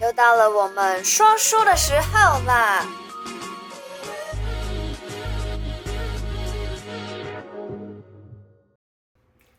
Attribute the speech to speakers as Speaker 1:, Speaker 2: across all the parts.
Speaker 1: 又到了我们说书的时候啦！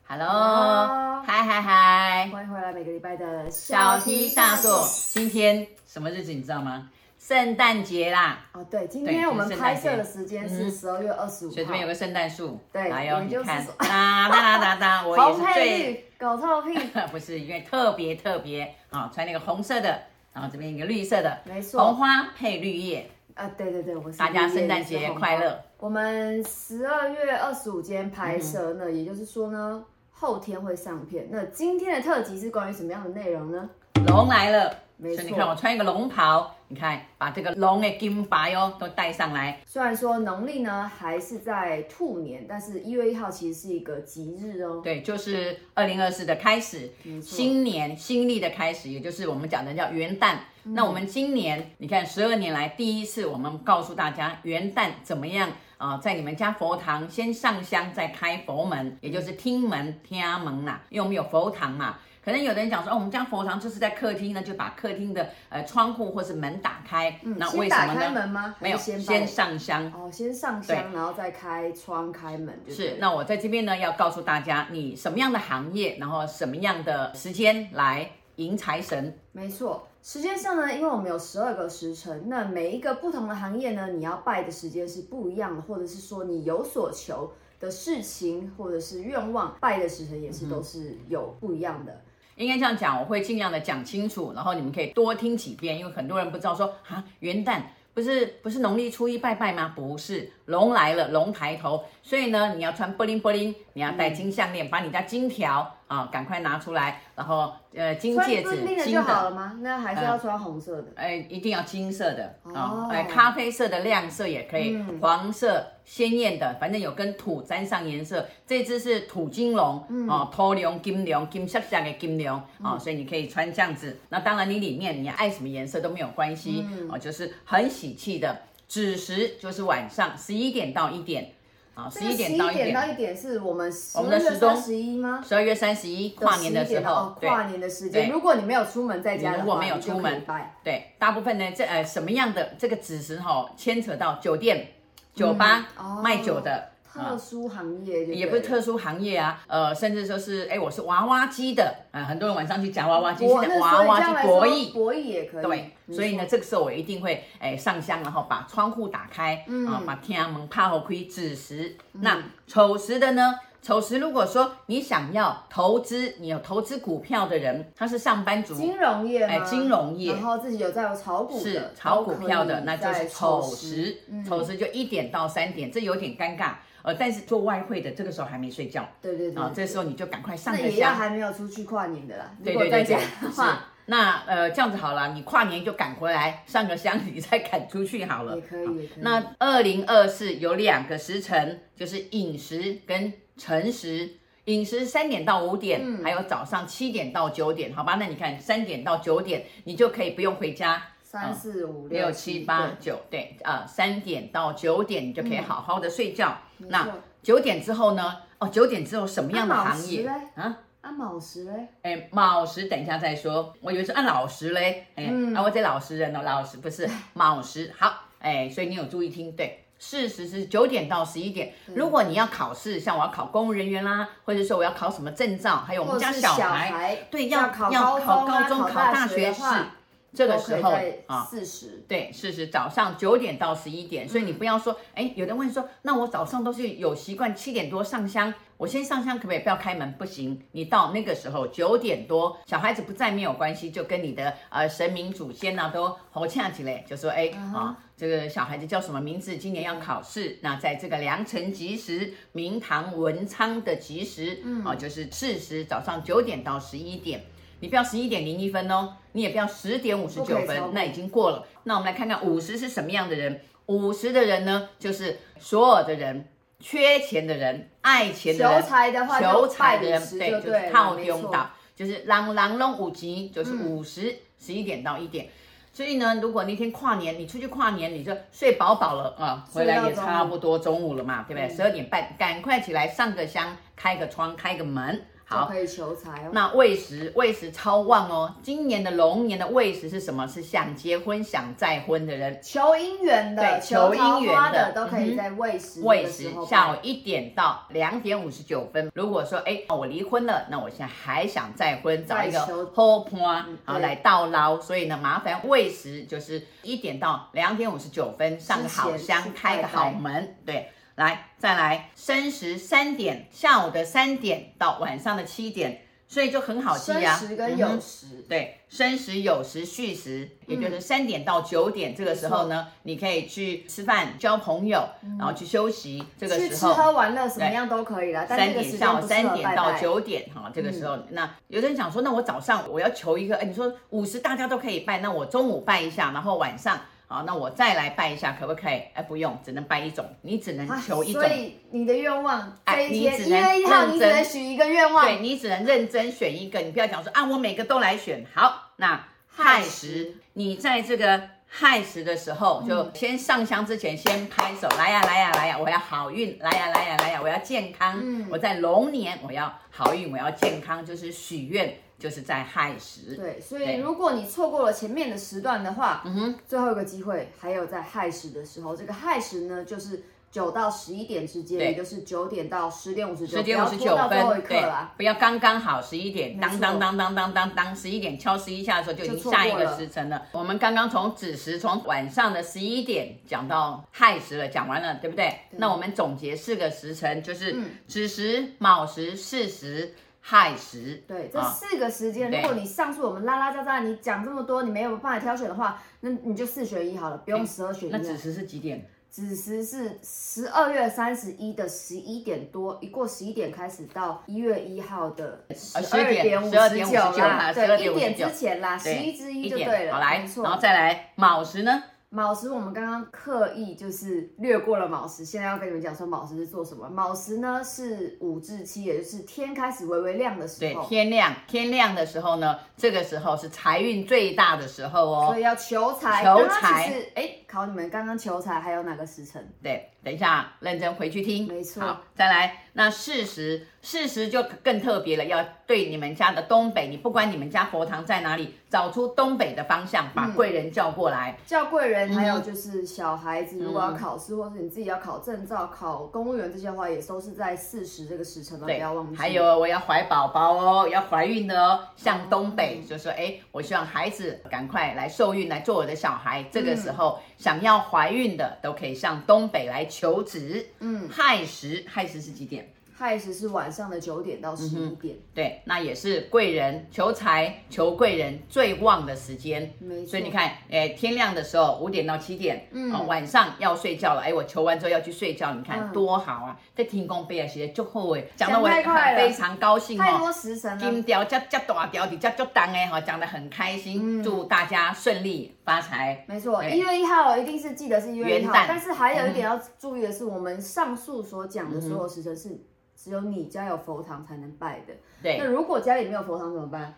Speaker 2: Hello，嗨嗨嗨，
Speaker 3: 欢迎回来，每个礼拜的
Speaker 2: 小题大做。今天什么日子你知道吗？圣诞节啦，
Speaker 3: 哦，对，今
Speaker 2: 对
Speaker 3: 天我们
Speaker 2: 今天
Speaker 3: 拍
Speaker 2: 圣诞节嗯
Speaker 3: 摄的时间是十二月二十五
Speaker 2: 所以这边
Speaker 3: 号。
Speaker 2: 有个圣诞树，
Speaker 3: 对
Speaker 2: 来哟，
Speaker 3: 我
Speaker 2: 你
Speaker 3: 就是
Speaker 2: 看，
Speaker 3: 说
Speaker 2: 哒哒哒 哒，我也
Speaker 3: 红
Speaker 2: 是
Speaker 3: 配
Speaker 2: 最，
Speaker 3: 绿，搞臭屁，
Speaker 2: 不是因为特别特别啊，穿那个红色的，然后这边一个绿色的，
Speaker 3: 没
Speaker 2: 红
Speaker 3: 错。
Speaker 2: 花配绿叶，
Speaker 3: 啊，对对对，我是
Speaker 2: 大家
Speaker 3: 绿叶
Speaker 2: 圣诞节快。
Speaker 3: 你是红
Speaker 2: 乐，
Speaker 3: 我们十二月二十五今天拍摄
Speaker 2: 嗯
Speaker 3: 呢，也就是说呢，后天会上片。那今天的特辑是关于什么样的内容呢？
Speaker 2: 龙来了。所
Speaker 3: 没
Speaker 2: 以
Speaker 3: 错
Speaker 2: 你看，我穿一个龙袍，你看把这个龙的金发哟都带上来，
Speaker 3: 虽然说农历呢还是在兔年，但是一月一号其实是一个吉日哦。
Speaker 2: 对，就是二零二四的开始，
Speaker 3: 没错。
Speaker 2: 新年新历的开始，也就是我们讲的叫元旦。
Speaker 3: 嗯
Speaker 2: 那我们今年，你看十二年来第一次，我们告诉大家元旦怎么样啊、在你们家佛堂先上香，再开佛门，也就是听门、天安门啦、因为我们有佛堂嘛。可能有的人讲说，哦，我们家佛堂就是在客厅呢，就把客厅的呃窗户或是门打开。
Speaker 3: 嗯，
Speaker 2: 那
Speaker 3: 先
Speaker 2: 为什
Speaker 3: 打
Speaker 2: 么
Speaker 3: 开
Speaker 2: 呢？
Speaker 3: 门吗？
Speaker 2: 没有，
Speaker 3: 还是先把
Speaker 2: 先上香。
Speaker 3: 哦，先上香，然后再开窗开门就对
Speaker 2: 是
Speaker 3: 了，
Speaker 2: 那我在这边呢，要告诉大家，你什么样的行业，然后什么样的时间来迎财神，
Speaker 3: 没错。时间上呢，因为我们有十二个时辰，那每一个不同的行业呢，你要拜的时间是不一样的，或者是说你有所求的事情或者是愿望，拜的时辰也是都是有
Speaker 2: 嗯
Speaker 3: 不一样的。
Speaker 2: 应该这样讲，我会尽量的讲清楚，然后你们可以多听几遍，因为很多人不知道说啊，元旦不是不是农历初一拜拜吗？不是，龙来了，龙抬头，所以呢，你要穿布灵布灵，你要戴金项链，把你家金条啊赶快拿出来，然后呃金
Speaker 3: 穿
Speaker 2: 戒指
Speaker 3: 尊令的
Speaker 2: 金
Speaker 3: 就好
Speaker 2: 的。
Speaker 3: 了吗？那还是要穿红色的。
Speaker 2: 哎，一定要金色的啊
Speaker 3: 哦，嗯
Speaker 2: 哎、咖啡色的亮色也可以，黄色鲜艳的，反正有跟土沾上颜色。这只是土金龙，
Speaker 3: 嗯
Speaker 2: 哦，土龙、金龙、金色色的金龙，哦，所以你可以穿这样子。那当然，你里面你爱什么颜色都没有关系，
Speaker 3: 嗯
Speaker 2: 哦，就是很喜气的。子时就是晚上十一点到一点，啊、十
Speaker 3: 这个
Speaker 2: 一点到
Speaker 3: 11
Speaker 2: 一点，
Speaker 3: 到一点是我们十
Speaker 2: 我们的时钟
Speaker 3: 十一吗？
Speaker 2: 十二月三十一跨年的
Speaker 3: 11
Speaker 2: 时
Speaker 3: 点到
Speaker 2: 候
Speaker 3: 哦，
Speaker 2: 对。
Speaker 3: 跨年的时
Speaker 2: 对
Speaker 3: 间，如果你没有出门在家的话，
Speaker 2: 如果没有
Speaker 3: 你就
Speaker 2: 出门
Speaker 3: 可以拜。
Speaker 2: 对，大部分呢，这呃什么样的这个子时哈，牵扯到酒店、酒吧、
Speaker 3: 哦
Speaker 2: 卖酒的，
Speaker 3: 特殊行业就
Speaker 2: 也不是
Speaker 3: 对了
Speaker 2: 特殊行业啊，呃，甚至说是，哎，我是娃娃机的，啊、很多人晚上去夹娃娃机，
Speaker 3: 博
Speaker 2: 现在娃娃机博弈，
Speaker 3: 博弈也可以。
Speaker 2: 对，
Speaker 3: 没
Speaker 2: 所以呢，
Speaker 3: 错，
Speaker 2: 这个时候我一定会哎上香，然后把窗户打开，啊，把天安门怕后亏子时。那丑时的呢？丑时如果说你想要投资，你有投资股票的人，他是上班族，
Speaker 3: 金融业
Speaker 2: 哎
Speaker 3: 吗
Speaker 2: 金融业
Speaker 3: 然后自己有在有炒股的
Speaker 2: 是
Speaker 3: 都
Speaker 2: 炒
Speaker 3: 可
Speaker 2: 股
Speaker 3: 以
Speaker 2: 票的，那就
Speaker 3: 在
Speaker 2: 是丑时，丑
Speaker 3: 时，嗯
Speaker 2: 时就一点到三点，这有点尴尬。呃，但是做外汇的这个时候还没睡觉
Speaker 3: 对对对
Speaker 2: 啊，
Speaker 3: 对
Speaker 2: 这时候你就赶快上
Speaker 3: 嗯那
Speaker 2: 个
Speaker 3: 也要
Speaker 2: 香。
Speaker 3: 还没有出去跨年的啦。
Speaker 2: 对
Speaker 3: 如果
Speaker 2: 对
Speaker 3: 在
Speaker 2: 对
Speaker 3: 家
Speaker 2: 对，
Speaker 3: 的
Speaker 2: 是
Speaker 3: 话，。
Speaker 2: 那呃，这样子好了，你跨年就赶回来，上个香，你再赶出去好了。
Speaker 3: 也可以
Speaker 2: 好
Speaker 3: 也可以
Speaker 2: 那二零二四有两个时辰，就是饮食跟辰时。饮食三点到五点，
Speaker 3: 嗯
Speaker 2: 还有早上七点到九点，好吧？那你看三点到九点，你就可以不用回家，
Speaker 3: 三四五
Speaker 2: 六七八九，对，呃，三点到九点你就可
Speaker 3: 嗯
Speaker 2: 以好好的睡觉。
Speaker 3: 对没
Speaker 2: 那
Speaker 3: 错
Speaker 2: 九点之后呢？哦，九点之后什么样的
Speaker 3: 那卯
Speaker 2: 行
Speaker 3: 时
Speaker 2: 业
Speaker 3: 嘞
Speaker 2: 啊？
Speaker 3: 啊，卯时嘞，
Speaker 2: 哎，卯时等一下再说。我以为是按老时嘞，哎，
Speaker 3: 嗯
Speaker 2: 啊，我这老实人哦，老实 不是卯时。好，哎，所以你有注意听，对。事实是九点到十一点。
Speaker 3: 嗯
Speaker 2: 如果你要考试，像我要考公务人员啦，或者说我要考什么证照，还有我
Speaker 3: 或
Speaker 2: 们
Speaker 3: 者
Speaker 2: 家
Speaker 3: 是
Speaker 2: 小孩，
Speaker 3: 孩
Speaker 2: 对，要
Speaker 3: 考
Speaker 2: 要考
Speaker 3: 高
Speaker 2: 高中、
Speaker 3: 中啊
Speaker 2: 考大学
Speaker 3: 的
Speaker 2: 是
Speaker 3: 话
Speaker 2: 这个
Speaker 3: 都可
Speaker 2: 时
Speaker 3: 以
Speaker 2: 候
Speaker 3: 在
Speaker 2: 啊，
Speaker 3: 四十，
Speaker 2: 对，是是早上九点到十一点，所以你
Speaker 3: 嗯
Speaker 2: 不要说，哎、有人问说，那我早上都是有习惯七点多上香，我先上香可不可以不要开门？不行，你到那个时候九点多，小孩子不在没有关系，就跟你的呃神明祖先呐、都吼呛起来，就说哎
Speaker 3: 嗯
Speaker 2: 啊、这个小孩子叫什么名字？今年要考试，那在这个良辰吉时，明堂文昌的吉时，嗯，啊、就是巳时，早上九点到十一点。你不要十一点零一分哦，你也不要十点五十
Speaker 3: 不可
Speaker 2: 九
Speaker 3: 以
Speaker 2: 分
Speaker 3: 超过，
Speaker 2: 那已经过了。那我们来看看五十是什么样的人？五十的人呢，就是所有的人，缺钱的人，爱钱的人，
Speaker 3: 求财的话就
Speaker 2: 求财的人
Speaker 3: 拜，五十
Speaker 2: 对，
Speaker 3: 就
Speaker 2: 就
Speaker 3: 对
Speaker 2: 是
Speaker 3: 了
Speaker 2: 套
Speaker 3: 没
Speaker 2: 用
Speaker 3: 错嗯
Speaker 2: 到，就是狼狼龙五级，就是五十十一点到一点。所以呢，如果那天跨年，你出去跨年，你就睡饱饱了啊，回
Speaker 3: 睡
Speaker 2: 来
Speaker 3: 到
Speaker 2: 也
Speaker 3: 中午
Speaker 2: 差不多中午了嘛，对不对？十二点半，赶快起来上个香，开个窗，开个门，好
Speaker 3: 就，可以求财哦。
Speaker 2: 那未时未时超旺哦，今年的龙年的未时是什么？是想结婚、想再婚的人。
Speaker 3: 求姻缘的、
Speaker 2: 对求姻缘
Speaker 3: 桃花的，
Speaker 2: 的
Speaker 3: 都可以
Speaker 2: 嗯哼
Speaker 3: 在未时那
Speaker 2: 未
Speaker 3: 个
Speaker 2: 时
Speaker 3: 时候
Speaker 2: 下午
Speaker 3: 拜
Speaker 2: 一点到两点五十九分。如果说，哎，我离婚了，那我现在还想再婚，找一个
Speaker 3: 再求
Speaker 2: 后婆，好
Speaker 3: 对
Speaker 2: 来到捞。所以呢，麻烦未时就是一点到两点五十九分上个好
Speaker 3: 之前
Speaker 2: 香，
Speaker 3: 去
Speaker 2: 开个
Speaker 3: 拜拜
Speaker 2: 好门，对。来，再来，申时三点，下午的三点到晚上的七点，所以就很好记啊。
Speaker 3: 申时跟
Speaker 2: 嗯
Speaker 3: 酉
Speaker 2: 哼
Speaker 3: 时，
Speaker 2: 对，申时、酉时、戌时，
Speaker 3: 嗯
Speaker 2: 也就是三点到九点这个时候呢，你可以去吃饭、交朋友，然后去休息。这个
Speaker 3: 嗯去
Speaker 2: 时
Speaker 3: 吃
Speaker 2: 候
Speaker 3: 喝，玩乐什么样都可以啦，但
Speaker 2: 三
Speaker 3: 这个
Speaker 2: 点
Speaker 3: 时
Speaker 2: 下
Speaker 3: 间
Speaker 2: 午
Speaker 3: 不适
Speaker 2: 三
Speaker 3: 合
Speaker 2: 点
Speaker 3: 拜嗯
Speaker 2: 到
Speaker 3: 拜。
Speaker 2: 九点哈，这个时候，那有的人讲说，那我早上我要求一个，哎，你说午时大家都可以拜，那我中午拜一下，然后晚上。好，那我再来拜一下，可不可以？哎，不用，只能拜一种，你只能
Speaker 3: 啊
Speaker 2: 求一种。
Speaker 3: 所以你的愿望
Speaker 2: 哎
Speaker 3: 这一天一
Speaker 2: 你只能
Speaker 3: 月一号，你只
Speaker 2: 认真
Speaker 3: 能许一个愿望。
Speaker 2: 对你只能认真选一个，你不要讲说啊，我每个都来选。好，那
Speaker 3: 亥
Speaker 2: 亥
Speaker 3: 时嗯
Speaker 2: 时，你在这个亥时的时候，就先上香之前先拍手，来呀来呀来呀，我要好运，来呀来呀来呀，我要健康，
Speaker 3: 嗯
Speaker 2: 我在龙年我要好运，我要健康，就是许愿，就是在亥时。
Speaker 3: 对，所以
Speaker 2: 对
Speaker 3: 如果你错过了前面的时段的话，嗯哼，最后一个机会还有在亥时的时候，这个亥时呢就是九到十一点之间，
Speaker 2: 对
Speaker 3: 也就是九点到十点五十九，
Speaker 2: 十
Speaker 3: 不
Speaker 2: 点
Speaker 3: 要
Speaker 2: 五十
Speaker 3: 拖
Speaker 2: 九
Speaker 3: 到最后一
Speaker 2: 分，
Speaker 3: 刻
Speaker 2: 对
Speaker 3: 啦。，
Speaker 2: 不要刚刚好十一点，
Speaker 3: 没
Speaker 2: 当
Speaker 3: 错
Speaker 2: 当当当当当当，十一点敲十一下的时候就已
Speaker 3: 就
Speaker 2: 经
Speaker 3: 错
Speaker 2: 下一
Speaker 3: 过
Speaker 2: 个
Speaker 3: 了
Speaker 2: 时辰了。我们刚刚从子时从晚上的十一点讲到亥时了，讲完了，对不对？那我们总结四个时辰，就是
Speaker 3: 嗯
Speaker 2: 子时、卯时、巳时、亥时。
Speaker 3: 对，这
Speaker 2: 啊
Speaker 3: 四个时间，
Speaker 2: 对
Speaker 3: 如果你上述我们拉拉杂杂，你讲这么多，你没有办法挑选的话，那你就四选一好了，不用十二选一
Speaker 2: 那
Speaker 3: 了。
Speaker 2: 子时是几点？
Speaker 3: 子时是十二月三十一的十一点多，一过十一点开始到一月一号的十二点五
Speaker 2: 12
Speaker 3: 十
Speaker 2: 呃点
Speaker 3: 九啦，
Speaker 2: 12点
Speaker 3: 对，一
Speaker 2: 59
Speaker 3: 点之前啦，十一之一就对了，
Speaker 2: 好来
Speaker 3: 没，
Speaker 2: 然后
Speaker 3: 错。
Speaker 2: 再来卯时呢？
Speaker 3: 卯时我们刚刚刻意就是略过了卯时，现在要跟你们讲说卯时是做什么。卯时呢是五至七，也就是天开始微微亮的时
Speaker 2: 对，
Speaker 3: 候，
Speaker 2: 天亮，天亮的时候呢，这个时候是财运最大的时候哦
Speaker 3: 所。以要求财。
Speaker 2: 求
Speaker 3: 刚刚其
Speaker 2: 财
Speaker 3: 实哎，考你们刚刚求财还有哪个时辰？
Speaker 2: 对，等一下认真回去听。
Speaker 3: 没错
Speaker 2: 好，再来，那事实事实就更特别了，要对你们家的东北，你不管你们家佛堂在哪里，找出东北的方向，把
Speaker 3: 嗯
Speaker 2: 贵人叫过来。
Speaker 3: 叫贵人，
Speaker 2: 嗯
Speaker 3: 还有就是小孩子如果要考试，或是你自己要考证照、考公务员这些话，也都是在四十这个时辰哦，不
Speaker 2: 对
Speaker 3: 要忘记。
Speaker 2: 还有我要怀宝宝哦，要怀孕的哦，向东北，就说哎，我希望孩子赶快来受孕，来做我的小孩。这个时
Speaker 3: 嗯
Speaker 2: 候、想要怀孕的都可以向东北来求职。
Speaker 3: 嗯，
Speaker 2: 亥时，亥时是几点？
Speaker 3: 亥时是晚上的九点到十一点，
Speaker 2: 对，那也是贵人求财、求贵人最旺的时间。
Speaker 3: 没错。
Speaker 2: 所以你，看，哎，天亮的时候五点到七点，
Speaker 3: 嗯
Speaker 2: 嗯、晚上要睡觉了，哎，我求完之后要去睡觉，你看、
Speaker 3: 嗯
Speaker 2: 多好啊！在天公杯啊，写的就好哎，讲
Speaker 3: 讲
Speaker 2: 的我
Speaker 3: 太快了
Speaker 2: 非常高兴
Speaker 3: 太
Speaker 2: 哦。
Speaker 3: 多时辰
Speaker 2: 金
Speaker 3: 了。
Speaker 2: 条加加大条，底加就当哎哈，讲的很开心，
Speaker 3: 嗯
Speaker 2: 祝大家顺利发财。
Speaker 3: 没错，
Speaker 2: 对
Speaker 3: 一月一号一定是记得是一月一号
Speaker 2: 哎元旦，
Speaker 3: 但是还有一点要注意的是，我们上述所讲的所有时辰是只有你家有佛堂才能拜的。那
Speaker 2: 嗯对，
Speaker 3: 如果家里没有佛堂怎么办？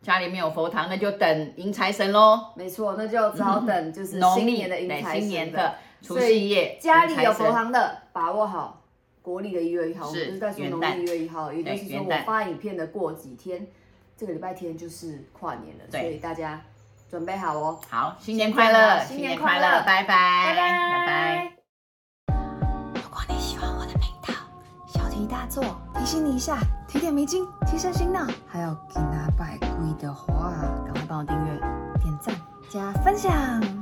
Speaker 2: 家里没有佛堂，那就等迎财神喽，
Speaker 3: 没错，那就只好等就是
Speaker 2: 嗯农
Speaker 3: 新
Speaker 2: 历
Speaker 3: 年的迎
Speaker 2: 对
Speaker 3: 财
Speaker 2: 新
Speaker 3: 神
Speaker 2: 年
Speaker 3: 了
Speaker 2: 的除夕夜，
Speaker 3: 家里
Speaker 2: 迎财
Speaker 3: 有
Speaker 2: 神
Speaker 3: 佛堂的，把握好。国历的一月一号，我们
Speaker 2: 是
Speaker 3: 不是在说农
Speaker 2: 元旦
Speaker 3: 历一月一号，也就
Speaker 2: 对
Speaker 3: 是说
Speaker 2: 元
Speaker 3: 我
Speaker 2: 旦
Speaker 3: 发影片的过几天，这个礼拜天就是跨年了，所
Speaker 2: 对
Speaker 3: 以大家准备好哦，
Speaker 2: 好，新年快乐，
Speaker 3: 新年快乐
Speaker 2: 拜拜，
Speaker 3: 拜
Speaker 2: 拜
Speaker 3: 拜
Speaker 2: 拜拜。
Speaker 4: 如果你喜欢我的频道，小题大做提醒你一下，提点迷津，提升心脑。还有给拿百贵的话，赶快帮我订阅、点赞、加分享。